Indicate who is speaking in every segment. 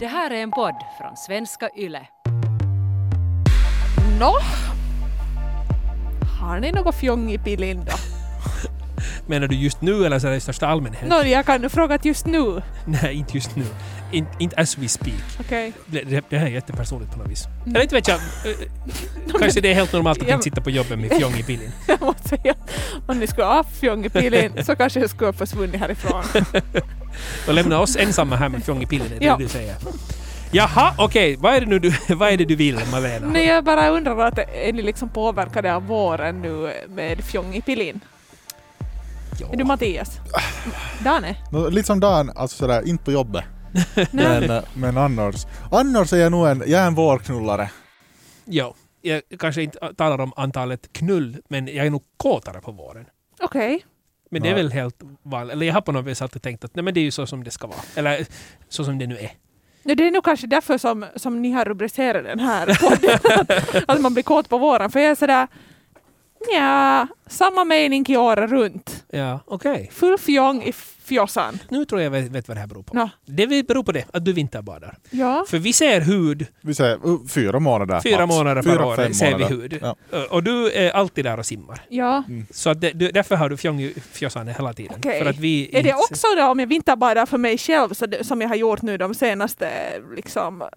Speaker 1: Det här är en podd från svenska YLE.
Speaker 2: Nå? Har ni något fjong i pilin då?
Speaker 3: Menar du just nu eller så här i största allmänhet?
Speaker 2: Nå, jag kan fråga just nu.
Speaker 3: Nej, inte just nu. In, inte as we speak.
Speaker 2: Okej.
Speaker 3: Det, det, det här är jättepersonligt på något vis. Eller inte vet jag. eh, Kanske det är helt normalt att
Speaker 2: Mm. Ja,
Speaker 3: inte sitta på jobbet med fjong i bilen.
Speaker 2: Jag måste säga, om ni skulle ha haft fjong i pilin så kanske jag skulle ha försvunnit härifrån.
Speaker 3: Och lämna oss ensamma här med fjong i bilen, är det
Speaker 2: Ja.
Speaker 3: du säger. Jaha, okej. Vad är det nu du, vad är det du vill, Malena?
Speaker 2: Nej, jag bara undrar att är ni liksom påverkade av våren nu med fjong i pilin?
Speaker 3: Ja.
Speaker 2: Är du Mattias? Dane?
Speaker 4: Nå, lite som Dan, alltså sådär, inte på jobbet. men, eh, men annars. Annars är jag nog en, jag är en vårknullare.
Speaker 3: Jo, jag kanske inte talar om antalet knull, men jag är nog kåtare på våren.
Speaker 2: Okej.
Speaker 3: Men det är
Speaker 4: Nej.
Speaker 3: väl helt vanligt. Eller jag har på något vis alltid tänkt att nej, men det är ju så som det ska vara. Eller så som det nu är.
Speaker 2: Ja, det är nog kanske därför som, som ni har rubricerat den här podden. att, att man blir kåt på våren. För jag är sådär, ja, samma mening i året runt.
Speaker 3: Ja, okej.
Speaker 2: Full fjong i fjossan.
Speaker 3: Nu tror jag vet, vet vad det här beror på.
Speaker 2: Ja.
Speaker 3: Det vi- beror på det, att du vinterbadar.
Speaker 2: Ja.
Speaker 3: För vi ser hud
Speaker 4: Vi säger uh, fyra månader.
Speaker 3: fyra
Speaker 4: max.
Speaker 3: månader per
Speaker 4: Fyra,
Speaker 3: år.
Speaker 4: fem
Speaker 3: Ser vi
Speaker 4: månader.
Speaker 3: hud.
Speaker 4: Ja.
Speaker 3: Ö, Och du är alltid där och simmar.
Speaker 2: ja.
Speaker 3: Så att det, du, därför har du fjong i fjossan hela tiden.
Speaker 2: Okej.
Speaker 3: För att vi
Speaker 2: Är det
Speaker 3: inte-
Speaker 2: också då om jag vinterbadar för mig själv så det, som jag har gjort nu de senaste liksom, eh,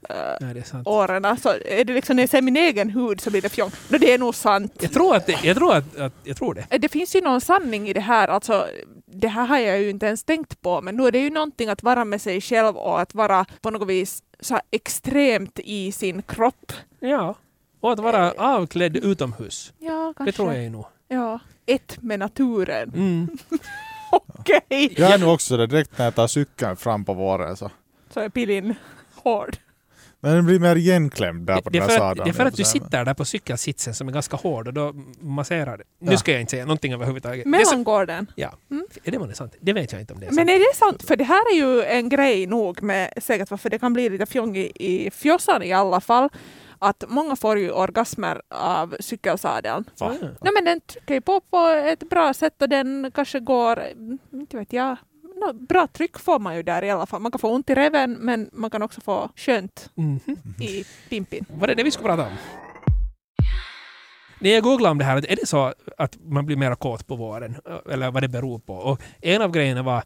Speaker 3: Nej, det är sant.
Speaker 2: åren så är det liksom när jag ser min egen hud så blir det fjong. Nå, det är nog sant.
Speaker 3: Jag tror att det. Jag tror, att, att, jag tror det.
Speaker 2: Eh, Det finns ju någon sanning i det här, alltså det här har jag ju inte ens tänkt på men nu är det ju någonting att vara med sig själv och att vara på något vis så här extremt i sin kropp.
Speaker 3: Ja. Och att vara avklädd utomhus.
Speaker 2: Ja, kanske.
Speaker 3: Det tror jag ju nog.
Speaker 2: Ja. Ett med naturen.
Speaker 3: Mm.
Speaker 2: Okej!
Speaker 4: Jag är nog också sådär, direkt när jag tar cykeln fram på våren så.
Speaker 2: Så är pilin hård.
Speaker 4: Men den blir mer igenklämd där på
Speaker 3: Det är,
Speaker 4: den här
Speaker 3: för att,
Speaker 4: sadeln.
Speaker 3: det är för att du
Speaker 4: Så här.
Speaker 3: sitter där på cykelsitsen som är ganska hård och då masserar det. Nu
Speaker 4: Ja.
Speaker 3: ska jag inte säga någonting överhuvudtaget. Det är, så,
Speaker 2: Mellangården.
Speaker 3: är det månne sant? Det vet jag inte om det är sant.
Speaker 2: Mm. Men är det sant? För det här är ju en grej nog med säkert varför det kan bli lite fjong i, i fjossan i alla fall. Att många får ju orgasmer av cykelsadeln.
Speaker 4: Va?
Speaker 3: Ja.
Speaker 2: Nej men den trycker ju på på ett bra sätt och den kanske går, mm, inte vet jag, nå, bra tryck får man ju där i alla fall. Man kan få ont i reven men man kan också få skönt
Speaker 3: Mhm.
Speaker 2: i pimpin.
Speaker 3: Var det det vi skulle prata om? När jag googlade om det här, är det så att man blir mer kåt på våren? Eller vad det beror på? Och en av grejerna var,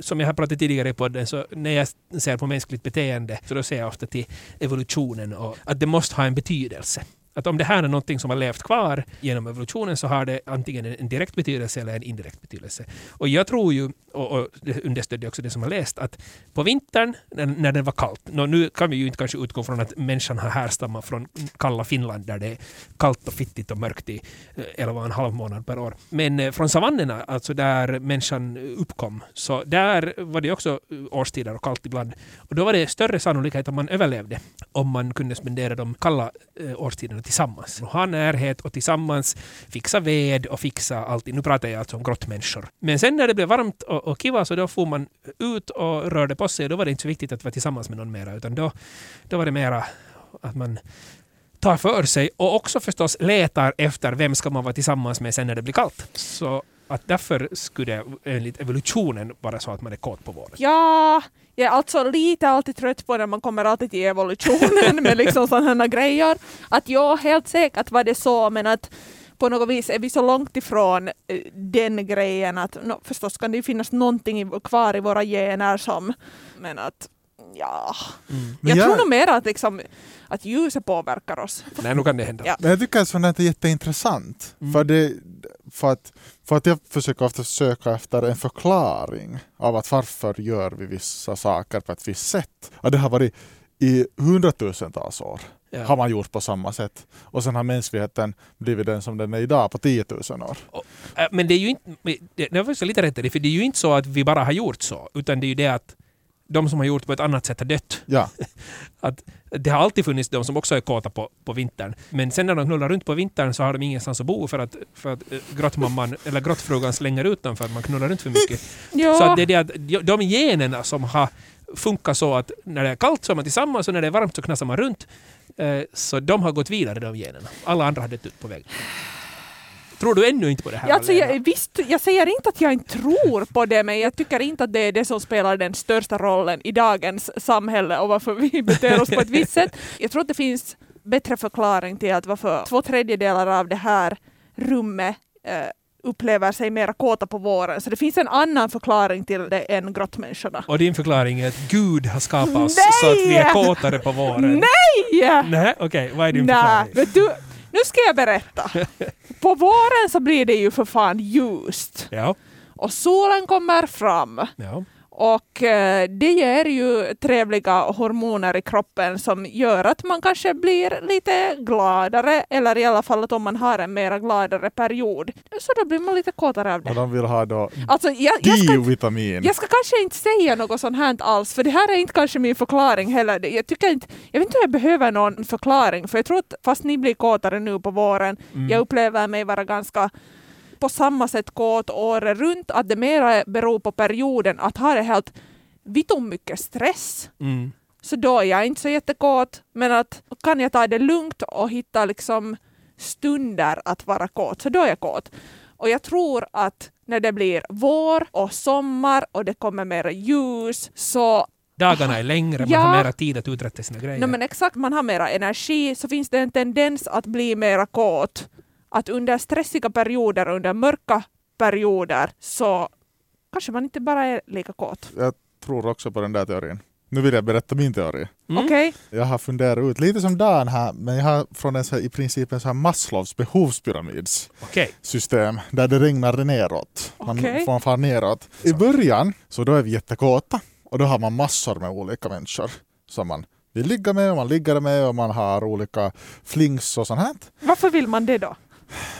Speaker 3: som jag har pratat tidigare i podden, så när jag ser på mänskligt beteende så då ser jag ofta till evolutionen och att det måste ha en betydelse. Att om det här är någonting som har levt kvar genom evolutionen så har det antingen en direkt betydelse eller en indirekt betydelse. Och jag tror ju, och, och det understödjer också det som har läst, att på vintern när, när det var kallt, nå, nu kan vi ju inte kanske utgå från att människan har härstammat från kalla Finland där det är kallt och fittigt och mörkt i eh, elva och en halv månad per år. Men eh, från savannerna, alltså där människan uppkom, så där var det också eh, årstider och kallt ibland. Och då var det större sannolikhet att man överlevde om man kunde spendera de kalla eh, årstiderna tillsammans. Och ha närhet och tillsammans fixa ved och fixa allting. Nu pratar jag alltså om grottmänniskor. Men sen när det blev varmt och, och kiva så då får man ut och rörde på sig och då var det inte så viktigt att vara tillsammans med någon mera utan då, då var det mera att man tar för sig och också förstås letar efter vem ska man vara tillsammans med sen när det blir kallt. Så att därför skulle det enligt evolutionen vara så att man är kåt på våren.
Speaker 2: Ja, jag är alltså lite alltid trött på när man kommer alltid till evolutionen med liksom sådana grejer. Att jag helt säkert var det så, men att på något vis är vi så långt ifrån eh, den grejen att nå, förstås kan det ju finnas någonting i, kvar i våra gener som, men att ja,
Speaker 4: Men
Speaker 2: jag, tror
Speaker 4: jag,
Speaker 2: nog mer att, liksom, att ljuset påverkar oss.
Speaker 3: Nej, nu kan det hända.
Speaker 2: Ja.
Speaker 4: men jag tycker att sånt här är jätteintressant.
Speaker 3: Mm.
Speaker 4: För, det, för, att, för att jag försöker ofta söka efter en förklaring av att varför gör vi vissa saker på ett visst sätt. Och det har varit i hundratusentals år.
Speaker 3: Ja.
Speaker 4: har man gjort på samma sätt. Och sen har mänskligheten blivit den som den är idag på 10 000 år.
Speaker 3: Äh, Men det är ju inte, men det, det var faktiskt lite rätt i det, för det är ju inte så att vi bara har gjort så, utan det är ju det att de som har gjort på ett annat sätt har dött.
Speaker 4: Ja,
Speaker 3: Det har alltid funnits de som också är kåta på, på vintern. Men sen när de knullar runt på vintern så har de ingenstans att bo för att, för att eh, grottmamman eller grottfrugan slänger ut dem för att man knullar runt för mycket. Så
Speaker 2: Ja,
Speaker 3: att det är det att de- de generna som har funkat så att när det är kallt så är man tillsammans och när det är varmt så knasar man runt. Eh, Så de har gått vidare, de generna. Alla andra har dött ut på vägen. Tror du ännu inte på det här?
Speaker 2: Ja, alltså,
Speaker 3: Malena?
Speaker 2: jag, visst, jag säger inte att jag inte tror på det, men jag tycker inte att det är det som spelar den största rollen i dagens samhälle och varför vi beter oss på ett visst sätt. Jag tror att det finns bättre förklaring till att varför två tredjedelar av det här rummet eh, upplever sig mera kåta på våren. Så det finns en annan förklaring till det än grottmänniskorna.
Speaker 3: Och din förklaring är att Gud har skapat oss
Speaker 2: Nej!
Speaker 3: så att vi är kåtare på våren.
Speaker 2: Yeah.
Speaker 3: Nej, okej. Vad är din
Speaker 2: Nej,
Speaker 3: förklaring?
Speaker 2: vet du, nu ska jag berätta. På våren så blir det ju för fan ljust
Speaker 3: Ja,
Speaker 2: och solen kommer fram.
Speaker 3: ja.
Speaker 2: Och eh, det ger ju trevliga hormoner i kroppen som gör att man kanske blir lite gladare, eller i alla fall att om man har en mera gladare period, så då blir man lite kåtare av
Speaker 4: Och
Speaker 2: det.
Speaker 4: de vill ha då
Speaker 2: Alltså, jag, jag, ska,
Speaker 4: D-vitamin.
Speaker 2: jag ska kanske inte säga något sånt här alls, för det här är inte kanske min förklaring heller. Det- Jag, tycker inte, jag vet inte om jag behöver någon förklaring, för jag tror att fast ni blir kåtare nu på våren,
Speaker 3: Mm.
Speaker 2: jag upplever mig vara ganska på samma sätt kåt året runt, att det mera beror på perioden, att har det helt vittom mycket stress
Speaker 3: Mm.
Speaker 2: så då är jag inte så jättekåt, men att kan jag ta det lugnt och hitta liksom stunder att vara kåt, så då är jag kåt. Och jag tror att när det blir vår och sommar och det kommer mer ljus så
Speaker 3: Dagarna är längre, man
Speaker 2: Ja.
Speaker 3: har mera tid att uträtta sina grejer.
Speaker 2: No, men exakt, man har mera energi så finns det en tendens att bli mera kåt. Att under stressiga perioder, under mörka perioder så kanske man inte bara är lika kåt.
Speaker 4: Jag tror också på den där teorin. Nu vill jag berätta min teori.
Speaker 3: Mm.
Speaker 2: Okej?
Speaker 4: Jag har funderat ut, lite som Dan här, men jag har från en så här, i princip en så här Maslows behovspyramids
Speaker 3: Okej.
Speaker 4: system där det regnar neråt. Man,
Speaker 2: Okej.
Speaker 4: man far neråt. I början så då är vi jättekåta och då har man massor med olika människor som man vill ligga med och man ligger med och man har olika flings och sånt här.
Speaker 2: Varför vill man det då?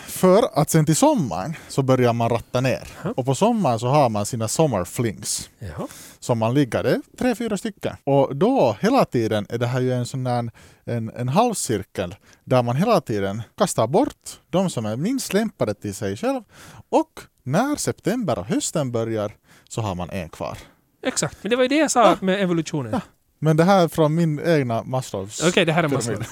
Speaker 4: För att sen till sommaren så börjar man ratta ner
Speaker 3: Jaha.
Speaker 4: och på sommaren så har man sina sommarflings
Speaker 3: Jaha.
Speaker 4: som man ligger, det är tre, fyra stycken. Och då hela tiden är det här ju en sån där en, en halvcirkel där man hela tiden kastar bort de som är minst lämpade till sig själv och när september och hösten börjar så har man en kvar.
Speaker 3: Exakt. Men det var ju det jag
Speaker 2: Ah.
Speaker 3: sa med evolutionen.
Speaker 4: Men det här är från min egna Maslows.
Speaker 3: Okej, det här är massor.
Speaker 4: Pyramid.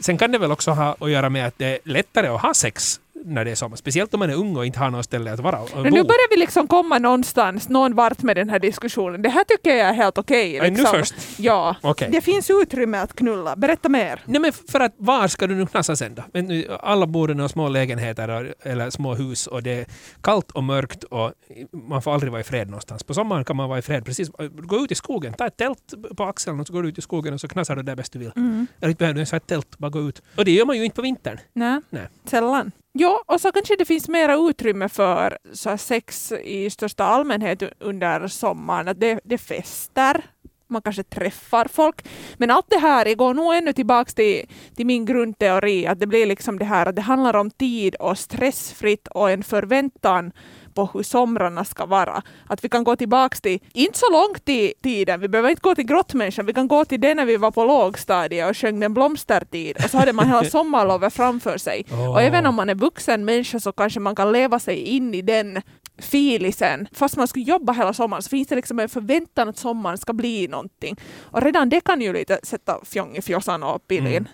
Speaker 3: Sen kan det väl också ha att göra med att det är lättare att ha sex när det är sommar. Speciellt om man är ung och inte har något ställe att vara och bo.
Speaker 2: Men nu börjar vi liksom komma någonstans, någon vart med den här diskussionen. Det här tycker jag är helt okej.
Speaker 3: Nej,
Speaker 2: liksom.
Speaker 3: Nu först.
Speaker 2: Ja.
Speaker 3: Okej.
Speaker 2: Det finns utrymme att knulla. Berätta mer.
Speaker 3: Nej men för att var ska du nu knassa sen då? Men nu, alla bor i några små lägenheter och- eller små hus och det är kallt och mörkt och man får aldrig vara i fred någonstans. På sommaren kan man vara i fred precis. Gå ut i skogen, ta ett tält på axeln och så går du ut i skogen och så knassar du där bäst du vill. Eller inte behöver du ens ha ett tält, bara gå ut. Och det gör man ju inte på vintern.
Speaker 2: Nej.
Speaker 3: Nej.
Speaker 2: Sällan. Ja, och så kanske det finns mera utrymme för så här sex i största allmänhet u- under sommaren. Att det, det är fester, man kanske träffar folk. Men allt det här går nog ännu tillbaka till, till min grundteori, att det blir liksom det här att det handlar om tid och stressfritt och en förväntan på hur somrarna ska vara. Att vi kan gå tillbaka till, inte så långt i tiden, vi behöver inte gå till grottmänniskan, vi kan gå till det när vi var på lågstadiet och sjöng den blomstertid och så hade man hela sommarlovet framför sig. Och även om man är vuxen människa så kanske man kan leva sig in i den filisen. Fast man skulle jobba hela sommaren så finns det liksom en förväntan att sommaren ska bli någonting. Och redan det kan ju lite sätta fjong i fjossan och pilin.
Speaker 3: Mm.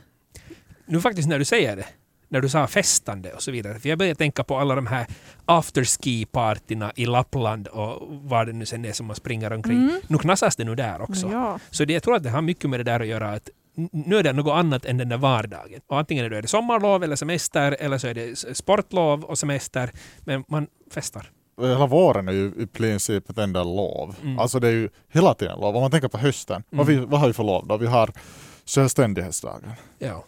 Speaker 3: Nu faktiskt när du säger det, när du sa festande och så vidare, för jag börjar tänka på alla de här afterski-partyna i Lappland och vad det nu sen är som man springer omkring.
Speaker 2: Mm.
Speaker 3: Nu knassas det nu där också.
Speaker 2: Ja.
Speaker 3: Så det, jag tror att det har mycket med det där att göra att n- nu är det något annat än den där vardagen. Och antingen är det- är det sommarlov eller semester eller så är det s- sportlov och semester. Men man festar.
Speaker 4: Hela våren är ju i princip ett enda lov.
Speaker 3: Mm.
Speaker 4: Alltså det är ju hela tiden lov. Om man tänker på hösten, vad, vi, vad har vi för lov då? Vi har självständighetsdagen.
Speaker 3: Ja.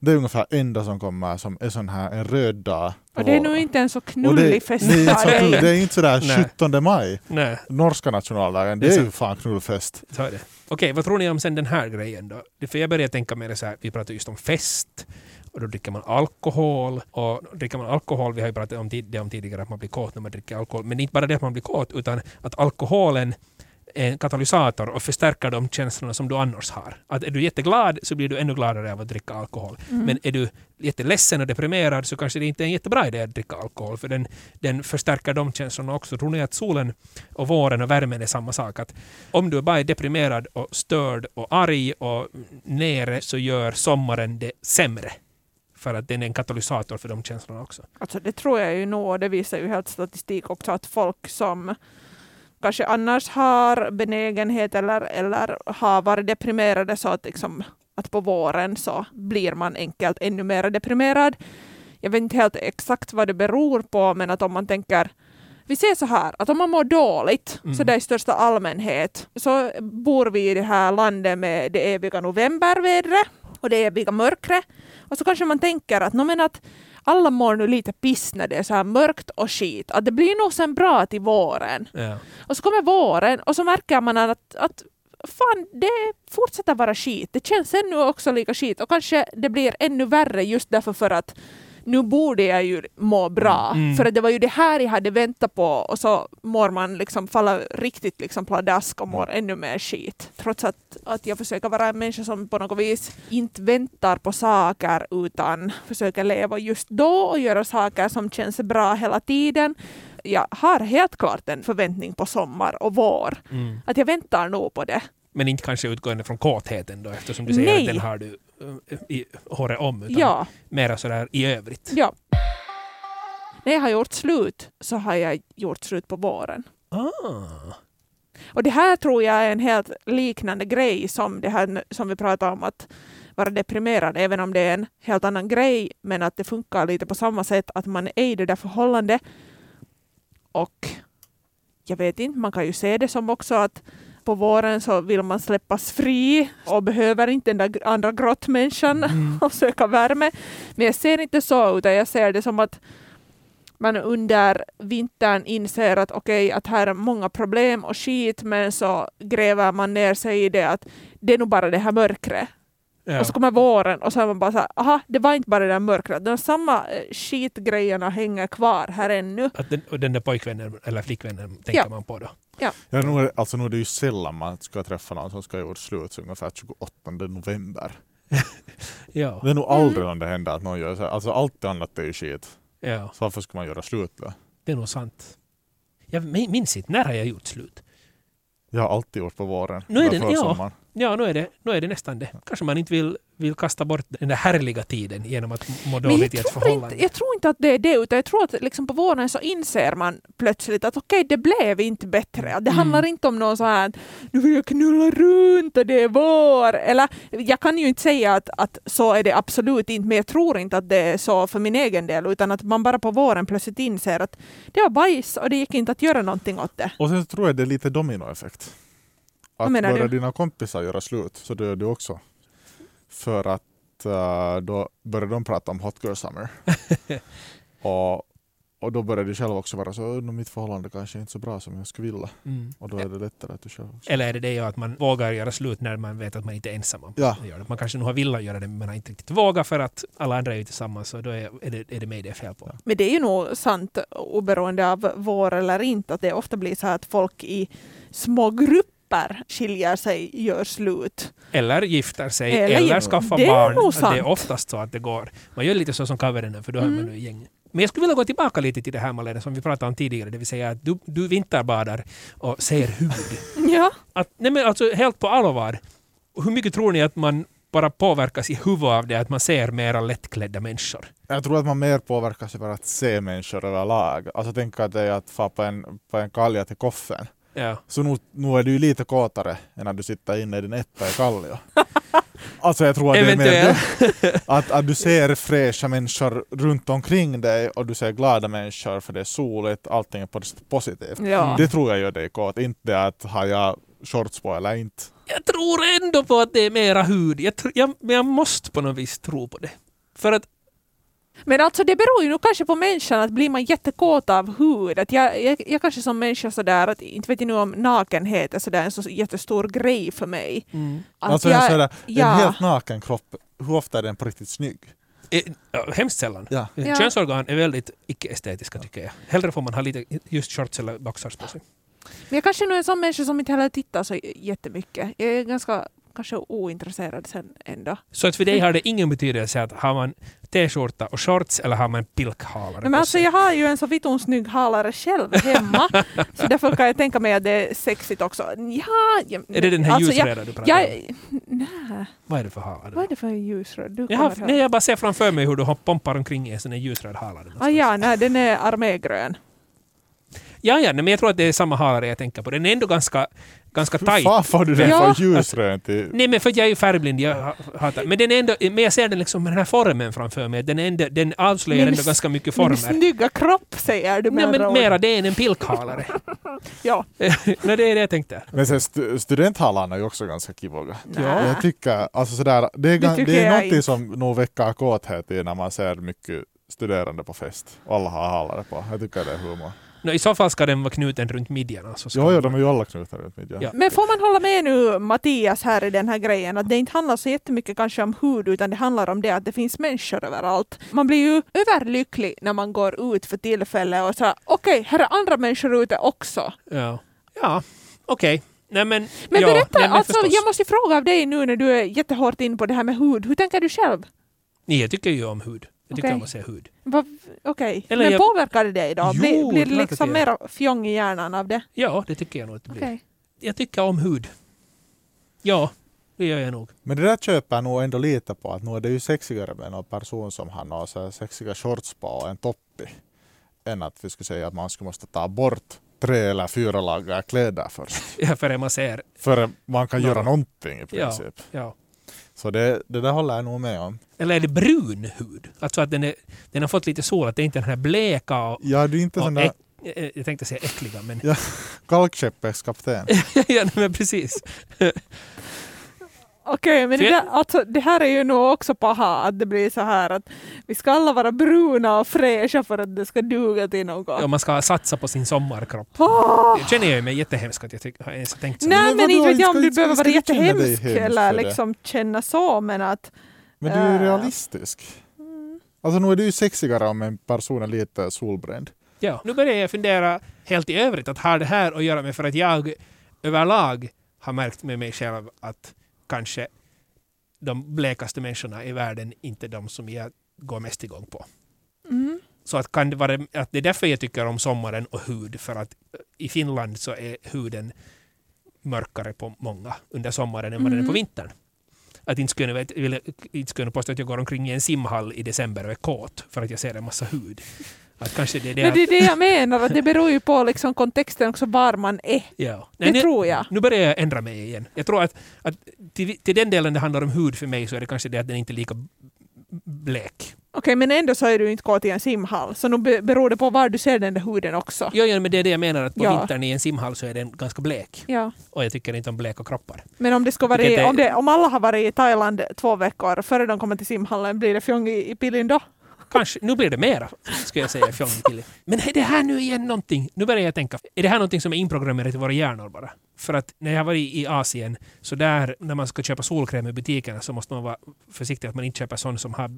Speaker 4: Det är ungefär enda som kommer som är sån här en röd dag. på
Speaker 2: Och det är nog
Speaker 4: våren.
Speaker 2: inte en så
Speaker 4: Och det,
Speaker 2: knullig
Speaker 4: det, är inte så knull, det
Speaker 2: festdag.
Speaker 4: är inte sådär
Speaker 3: Nej.
Speaker 4: 17 maj,
Speaker 3: Nej,
Speaker 4: norska nationaldagen,
Speaker 3: Det
Speaker 4: det
Speaker 3: är
Speaker 4: är ju fan knullfest.
Speaker 3: så är det. Okej, vad tror ni om sen den här grejen då? Det- För jag börjar tänka mer så här, vi pratar just om fest och då dricker man alkohol. Och dricker man alkohol, vi har ju pratat om tid- det om tidigare, att man blir kåt när man dricker alkohol. Men inte bara det att man blir kåt, utan att alkoholen är en katalysator och förstärker de känslorna som du annars har. Att är du jätteglad så blir du ännu gladare av att dricka alkohol. Men är du jätteledsen och deprimerad så kanske det inte är en jättebra idé att dricka alkohol för den, den förstärker de känslorna också. Tror ni att solen och våren och värmen är samma sak? Att om du bara är deprimerad och störd och arg och nere så gör sommaren det sämre. För att den är en katalysator för de känslorna också.
Speaker 2: Alltså det tror jag ju nog och det visar ju helt statistik också att folk som kanske annars har benägenhet eller, eller har varit deprimerade så att, liksom, att på våren så blir man enkelt ännu mer deprimerad. Jag vet inte helt exakt vad det beror på men att om man tänker vi ser så här att om man mår dåligt
Speaker 3: Mm.
Speaker 2: så där i största allmänhet så bor vi i det här landet med det eviga novembervädret och det eviga mörkret och så kanske man tänker att, "Nå, men att alla mår nu lite piss när det är så här mörkt och skit. Att det blir nog sen bra till våren.
Speaker 3: Ja.
Speaker 2: Och så kommer våren och så märker man att, att fan, det fortsätter vara skit. Det känns ännu också lika skit och kanske det blir ännu värre just därför för att nu borde jag ju må bra.
Speaker 3: Mm.
Speaker 2: För att det var ju det här jag hade väntat på och så mår man liksom, faller riktigt liksom pladask och mår ännu mer skit. Trots att, att jag försöker vara en människa som på något vis inte väntar på saker utan försöker leva just då och göra saker som känns bra hela tiden. Jag har helt klart en förväntning på sommar och vår.
Speaker 3: Mm.
Speaker 2: Att jag väntar nog på det.
Speaker 3: Men inte kanske utgående från kåtheten då eftersom du säger
Speaker 2: Nej.
Speaker 3: att den har du eh, i håret om. Utan
Speaker 2: Ja,
Speaker 3: mera sådär i övrigt.
Speaker 2: ja. När jag har gjort slut så har jag gjort slut på våren.
Speaker 3: Ah.
Speaker 2: Och det här tror jag är en helt liknande grej som det här som vi pratade om att vara deprimerad, även om det är en helt annan grej, men att det funkar lite på samma sätt att man är i det där förhållandet. Och jag vet inte, man kan ju se det som också att på våren så vill man släppas fri och behöver inte den där gr- andra grottmänniskan
Speaker 3: Mm.
Speaker 2: och söka värme. Men jag ser inte så, utan jag ser det som att man under vintern inser att okej, att här är många problem och skit, men så gräver man ner sig i det att det är nog bara det här mörkret.
Speaker 3: Ja.
Speaker 2: Och så kommer våren och så är man bara så här, aha, det var inte bara det där mörkret, de samma eh, skitgrejerna hänger kvar här ännu.
Speaker 3: Att den, och den där pojkvännen eller flickvännen tänker
Speaker 2: Ja.
Speaker 3: man på då.
Speaker 4: Ja, nu, är- alltså, nu är det ju sällan man ska träffa någon som ska ha gjort slut så ungefär 28 november.
Speaker 3: Ja.
Speaker 4: Det är nog
Speaker 2: Mm.
Speaker 4: aldrig om det händer att någon gör så här. Alltså allt annat är ju skit.
Speaker 3: ja,
Speaker 4: Så varför ska man göra slut då?
Speaker 3: det är nog sant. Jag min- minns inte, när har jag gjort slut?
Speaker 4: Jag har alltid gjort på våren.
Speaker 3: Nu är
Speaker 4: Eller
Speaker 3: det-
Speaker 4: för
Speaker 3: ja.
Speaker 4: sommaren.
Speaker 3: Ja, nu är, det, nu är det nästan det. Kanske man inte vill, vill kasta bort den där härliga tiden genom att må
Speaker 2: Men jag
Speaker 3: dåligt i ett
Speaker 2: tror,
Speaker 3: förhållande.
Speaker 2: inte, jag tror inte att det är det, utan jag tror att liksom på våren så inser man plötsligt att okej, det blev inte bättre. Att Det
Speaker 3: Mm.
Speaker 2: handlar inte om någon så här nu vill jag knulla runt och det är vår. Eller, jag kan ju inte säga att, att så är det absolut inte, men jag tror inte att det är så för min egen del, utan att man bara på våren plötsligt inser att det var bajs och det gick inte att göra någonting åt det.
Speaker 4: Och sen så tror jag det är lite dominoeffekt. Att
Speaker 2: menar
Speaker 4: börjar
Speaker 2: du?
Speaker 4: dina kompisar göra slut så dör du också. För att eh, då börjar de prata om Hot Girl Summer. och, och då börjar du själv också vara så att mitt förhållande kanske inte är så bra som jag skulle vilja.
Speaker 3: Mm.
Speaker 4: Och då är det lättare att du själv också.
Speaker 3: Eller är det det att man vågar göra slut när man vet att man inte är ensam om
Speaker 4: Ja.
Speaker 3: att göra det? Man kanske nog har velat göra det men man har inte riktigt vågat för att alla andra är ju tillsammans så då är, är, det, är det mig det är fel på.
Speaker 2: Men det är ju nog sant oberoende av vår eller inte, att det ofta blir så här att folk i små grupper skiljer sig, gör slut.
Speaker 3: Eller gifter sig
Speaker 2: Eller
Speaker 3: eller,
Speaker 2: gifter-
Speaker 3: skaffar
Speaker 2: Det är
Speaker 3: barn.
Speaker 2: nog sant.
Speaker 3: det är oftast så att det går. Man gör lite så som coveren för då är
Speaker 2: Mm.
Speaker 3: man nu i gäng. Men jag skulle vilja gå tillbaka lite till det här Malena som vi pratade om tidigare, det vill säga att du, du vinterbadar och ser hud.
Speaker 2: Ja.
Speaker 3: att, nej men alltså helt på allvar, hur mycket tror ni att man bara påverkas i huvudet av det att man ser mera lättklädda människor?
Speaker 4: Jag tror att man mer påverkas över att se människor överlag. Alltså tänk att det är att få på en, på en kalja till koffen.
Speaker 3: Ja.
Speaker 4: Så nu, nu är du ju lite kåtare än när du sitter inne i din etta i Kallio. Alltså jag tror att det är mer det.
Speaker 3: Eventuellt.
Speaker 4: Att, att du ser fräscha människor runt omkring dig och du ser glada människor för det är soligt, allting är pos- positivt.
Speaker 2: ja.
Speaker 4: Det tror jag gör dig kåt, inte det att har jag shorts på eller inte.
Speaker 3: Jag tror ändå på att det är mera hud. Jag, tr- jag, men jag måste på något vis tro på det. För att,
Speaker 2: Men alltså det beror ju nog kanske på människan, att blir man jättekåt av hud, att jag, jag, jag kanske som människa sådär, att inte vet jag nu om nakenhet är sådär en så jättestor grej för mig. Att
Speaker 4: Alltså en,
Speaker 2: jag,
Speaker 4: sådär,
Speaker 2: ja.
Speaker 4: en helt naken kropp, hur ofta är den på riktigt snygg?
Speaker 3: eh, ja, hemskt sällan.
Speaker 4: Ja.
Speaker 2: Ja.
Speaker 3: Könsorgan är väldigt icke-estetiska tycker jag. Hellre får man ha lite just shorts eller boxers på sig.
Speaker 2: Men jag kanske nu är en sån människa som inte heller tittar så jättemycket. Jag är ganska kanske ointresserad sen ändå.
Speaker 3: Så att för dig har det ingen betydelse att har man t-skjorta och shorts eller har man pilkhalare
Speaker 2: Nej,
Speaker 3: på
Speaker 2: men alltså
Speaker 3: sig?
Speaker 2: jag har ju en så vitton snygg halare själv hemma, så därför kan jag tänka mig att det är sexigt också. Ja, jag,
Speaker 3: Är det den här
Speaker 2: alltså, jag,
Speaker 3: ljusröda du pratar om?
Speaker 2: jag, Nä,
Speaker 3: Vad är det för halade?
Speaker 2: vad är det för en ljusröd? Du
Speaker 3: Jag,
Speaker 2: kommer
Speaker 3: har,
Speaker 2: ihåg.
Speaker 3: nej, jag bara ser framför mig hur du hopp- pompar omkring i en sån här ljusröd halare.
Speaker 2: Ah, ja, nej, den är armégrön.
Speaker 3: ja, ja, nej, men jag tror att det är samma halare jag tänker på. Den är ändå ganska, ganska
Speaker 4: Hur
Speaker 3: tajt.
Speaker 4: fan får du den
Speaker 2: Ja.
Speaker 4: för ljusrön till...
Speaker 3: Nej, men för att jag är ju färgblind, jag ha- hatar. Men, den är ändå, men jag ser den liksom med den här formen framför mig. Den, är ändå, den avslöjar
Speaker 2: Men
Speaker 3: ändå
Speaker 2: s-
Speaker 3: ganska mycket
Speaker 2: Min
Speaker 3: former.
Speaker 2: snygga kropp säger du med
Speaker 3: Nej,
Speaker 2: andra
Speaker 3: men
Speaker 2: ord.
Speaker 3: mera det än en pilkhalare.
Speaker 2: Ja.
Speaker 3: nej, det är det jag tänkte.
Speaker 4: Men sen stu- studenthallarna är ju också ganska kivoga.
Speaker 2: Nä.
Speaker 4: Jag tycker, alltså sådär, det är, gan-
Speaker 2: Äh. tycker
Speaker 4: det är
Speaker 2: jag
Speaker 4: någonting
Speaker 2: inte.
Speaker 4: som nog väcker kåthet i när man ser mycket studerande på fest. Alla har hallare på. Jag tycker det är humor.
Speaker 3: Nå, I så fall ska den vara knuten runt midjan. Alltså, ska
Speaker 4: Jo, jo,
Speaker 3: man-
Speaker 4: de är ju alla knutna runt midjan.
Speaker 3: Ja.
Speaker 2: Men får man hålla med nu Mattias här i den här grejen att det inte handlar så jättemycket kanske om hud utan det handlar om det att det finns människor överallt. Man blir ju överlycklig när man går ut för tillfället och så här, okej, här är andra människor ute också.
Speaker 3: Ja, ja. okej. Nej, men,
Speaker 2: Men
Speaker 3: ja,
Speaker 2: berätta,
Speaker 3: nej, men
Speaker 2: alltså,
Speaker 3: förstås.
Speaker 2: jag måste fråga av dig nu när du är jättehårt in på det här med hud, hur tänker du själv?
Speaker 3: Nej, jag tycker ju om hud. Jag tycker
Speaker 2: Okej.
Speaker 3: om att se hud.
Speaker 2: Vad- Okej,
Speaker 3: Eller
Speaker 2: men
Speaker 3: jag-
Speaker 2: påverkar det dig då?
Speaker 3: Jo,
Speaker 2: blir, blir det
Speaker 3: klart att
Speaker 2: liksom
Speaker 3: det
Speaker 2: mer fjong i hjärnan av det?
Speaker 3: Ja, det tycker jag nog att det blir.
Speaker 2: Okej.
Speaker 3: Jag tycker om hud. Ja, det gör jag nog.
Speaker 4: Men det där köper jag nog ändå lite på, att nu är det ju sexigare med någon person som har några så här sexiga shorts på och en toppi, än att vi skulle säga att man skulle måste ta bort tre eller fyra lager kläder först,
Speaker 3: Ja, Före man ser.
Speaker 4: före man kan
Speaker 3: Ja.
Speaker 4: göra någonting i
Speaker 3: Ja.
Speaker 4: princip.
Speaker 3: Ja.
Speaker 4: Så det, det där håller jag nog med om.
Speaker 3: Eller är det brun hud? Alltså att den, är, den har fått lite sol, att det är inte är den här bleka och...
Speaker 4: Ja, du är inte sån
Speaker 3: och
Speaker 4: där
Speaker 3: äck, eh, jag tänkte säga äckliga, men...
Speaker 4: kalkskeppets kapten.
Speaker 3: ja, nej, men precis.
Speaker 2: Okej, men
Speaker 3: För
Speaker 2: det,
Speaker 3: jag-
Speaker 2: där, alltså, det här är ju nog också paha, att det blir så här att vi ska alla vara bruna och fräscha för att det ska duga till något.
Speaker 3: Om man ska satsa på sin sommarkropp.
Speaker 2: Åh!
Speaker 3: Jag känner jag mig jättehemskt att jag tyck, har ens har tänkt så.
Speaker 2: Nej
Speaker 4: Men
Speaker 2: men inte
Speaker 4: vadå,
Speaker 2: vet jag
Speaker 4: ska-
Speaker 2: om du
Speaker 4: ska-
Speaker 2: behöver
Speaker 4: ska
Speaker 2: vara
Speaker 4: du känna dig
Speaker 2: jättehemsk
Speaker 4: hemskt
Speaker 2: eller
Speaker 4: för det?
Speaker 2: liksom känna så men att
Speaker 4: Men du är ju
Speaker 2: Äh.
Speaker 4: realistisk. Alltså nu är det ju sexigare om en person är lite solbränd.
Speaker 3: Ja, nu börjar jag fundera helt i övrigt att har det här att göra med för att jag överlag har märkt med mig själv att kanske de blekaste människorna i världen inte är de som jag går mest igång på.
Speaker 2: mm,
Speaker 3: Så att, kan det, vara, att det är därför jag tycker om sommaren och hud, för att eh, i Finland så är huden mörkare på många under sommaren än vad den är på
Speaker 2: Mm.
Speaker 3: vintern. Att inte skulle, jag vet- vill- inte skulle jag påstå att jag går omkring i en simhall i december och är kåt för att jag ser en massa hud. Att kanske det är det
Speaker 2: Men
Speaker 3: att-
Speaker 4: alltså-
Speaker 2: det är det jag menar, att det beror ju på liksom kontexten också var man är.
Speaker 3: Ja.
Speaker 2: Det tror jag.
Speaker 3: Nu börjar jag ändra mig igen. Jag tror att, att till, till den delen det handlar om hud för mig så är det kanske det att den inte är lika blek.
Speaker 2: Okej men ändå så är du inte kåt i en simhall, så nu be- beror det på var du ser den där huden också.
Speaker 3: Ja, ja, men det är det jag menar att på
Speaker 2: Ja.
Speaker 3: vintern i en simhall så är den ganska blek.
Speaker 2: Ja.
Speaker 3: Och jag tycker inte om bleka kroppar.
Speaker 2: Men om, det ska vara
Speaker 3: Vilket
Speaker 2: i,
Speaker 3: är-
Speaker 2: om, det, om alla har varit i Thailand två veckor före de kommer till simhallen, blir det fjong i, i pillin då?
Speaker 3: Kanske, nu blir det mera, skulle jag säga, fjongkille. Men är det här nu igen någonting? Nu börjar jag tänka, är det här någonting som är inprogrammerat i våra hjärnor bara? För att när jag har varit i Asien, så där när man ska köpa solkräm i butikerna så måste man vara försiktig att man inte köper sån som har,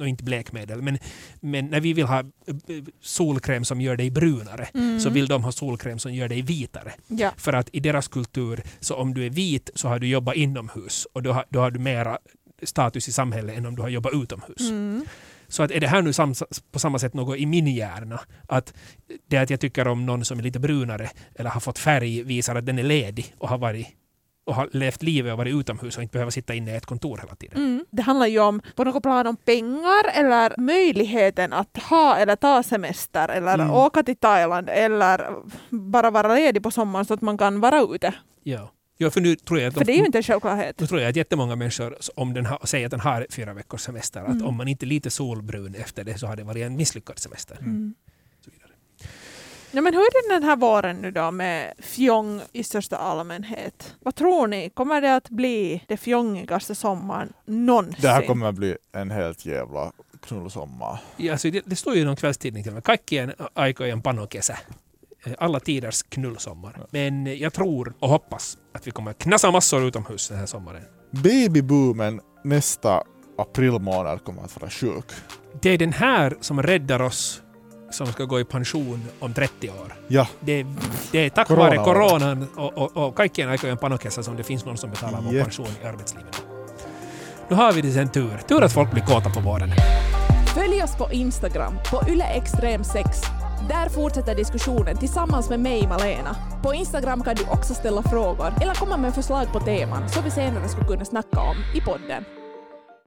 Speaker 3: och inte blekmedel, men, men när vi vill ha eh, solkräm som gör dig brunare så vill de ha solkräm som gör dig vitare.
Speaker 2: Ja.
Speaker 3: För att i deras kultur, så om du är vit så har du jobbat inomhus och då har, då har du mera status i samhället än om du har jobbat utomhus.
Speaker 2: Mm.
Speaker 3: Så att är det här nu sam, på samma sätt något i min hjärna? Att det att jag tycker om någon som är lite brunare eller har fått färg visar att den är ledig och har varit och har levt livet och varit utomhus och inte behöver sitta inne i ett kontor hela tiden.
Speaker 2: Mm. Det handlar ju om, på något plan om pengar eller möjligheten att ha eller ta semester eller
Speaker 3: Mm.
Speaker 2: åka till Thailand eller bara vara ledig på sommaren så att man kan vara ute.
Speaker 3: Ja. ja, för nu tror jag att,
Speaker 2: För det är ju
Speaker 3: de,
Speaker 2: inte en självklarhet.
Speaker 3: nu tror jag att jättemånga människor om den har, säger att den har fyra veckors semester, att
Speaker 2: Mm.
Speaker 3: om man inte är lite solbrun efter det så har det varit en misslyckad semester.
Speaker 2: Mm.
Speaker 3: Så vidare.
Speaker 2: Ja, men hur är det den här våren nu då med fjong i största allmänhet? Vad tror ni, kommer det att bli det fjongigaste sommaren någonsin?
Speaker 4: Det här kommer att bli en helt jävla knullsommar.
Speaker 3: Ja, alltså det, det står ju i någon kvällstidning till och med. Kaikkien aikojen panokesä. Alla tiders knullsommar. Men eh, jag tror och hoppas att vi kommer knassa massor utomhus den här sommaren.
Speaker 4: Babyboomen nästa april månad kommer att vara sjuk.
Speaker 3: Det är den här som räddar oss som ska gå i pension om 30 år.
Speaker 4: Ja,
Speaker 3: Det, det är tack
Speaker 4: Corona.
Speaker 3: vare coronan och, och, och kaikkien aikojen panokesä som det finns någon som betalar vår
Speaker 4: Jep.
Speaker 3: pension i arbetslivet. Nu har vi det sen tur. Tur att folk blir kåta på våren.
Speaker 5: Följ oss på Instagram, på yleextrem6.
Speaker 2: Där fortsätter diskussionen tillsammans med mig, Malena. På Instagram kan du också ställa frågor eller komma med förslag på teman som vi senare skulle kunna snacka om i podden.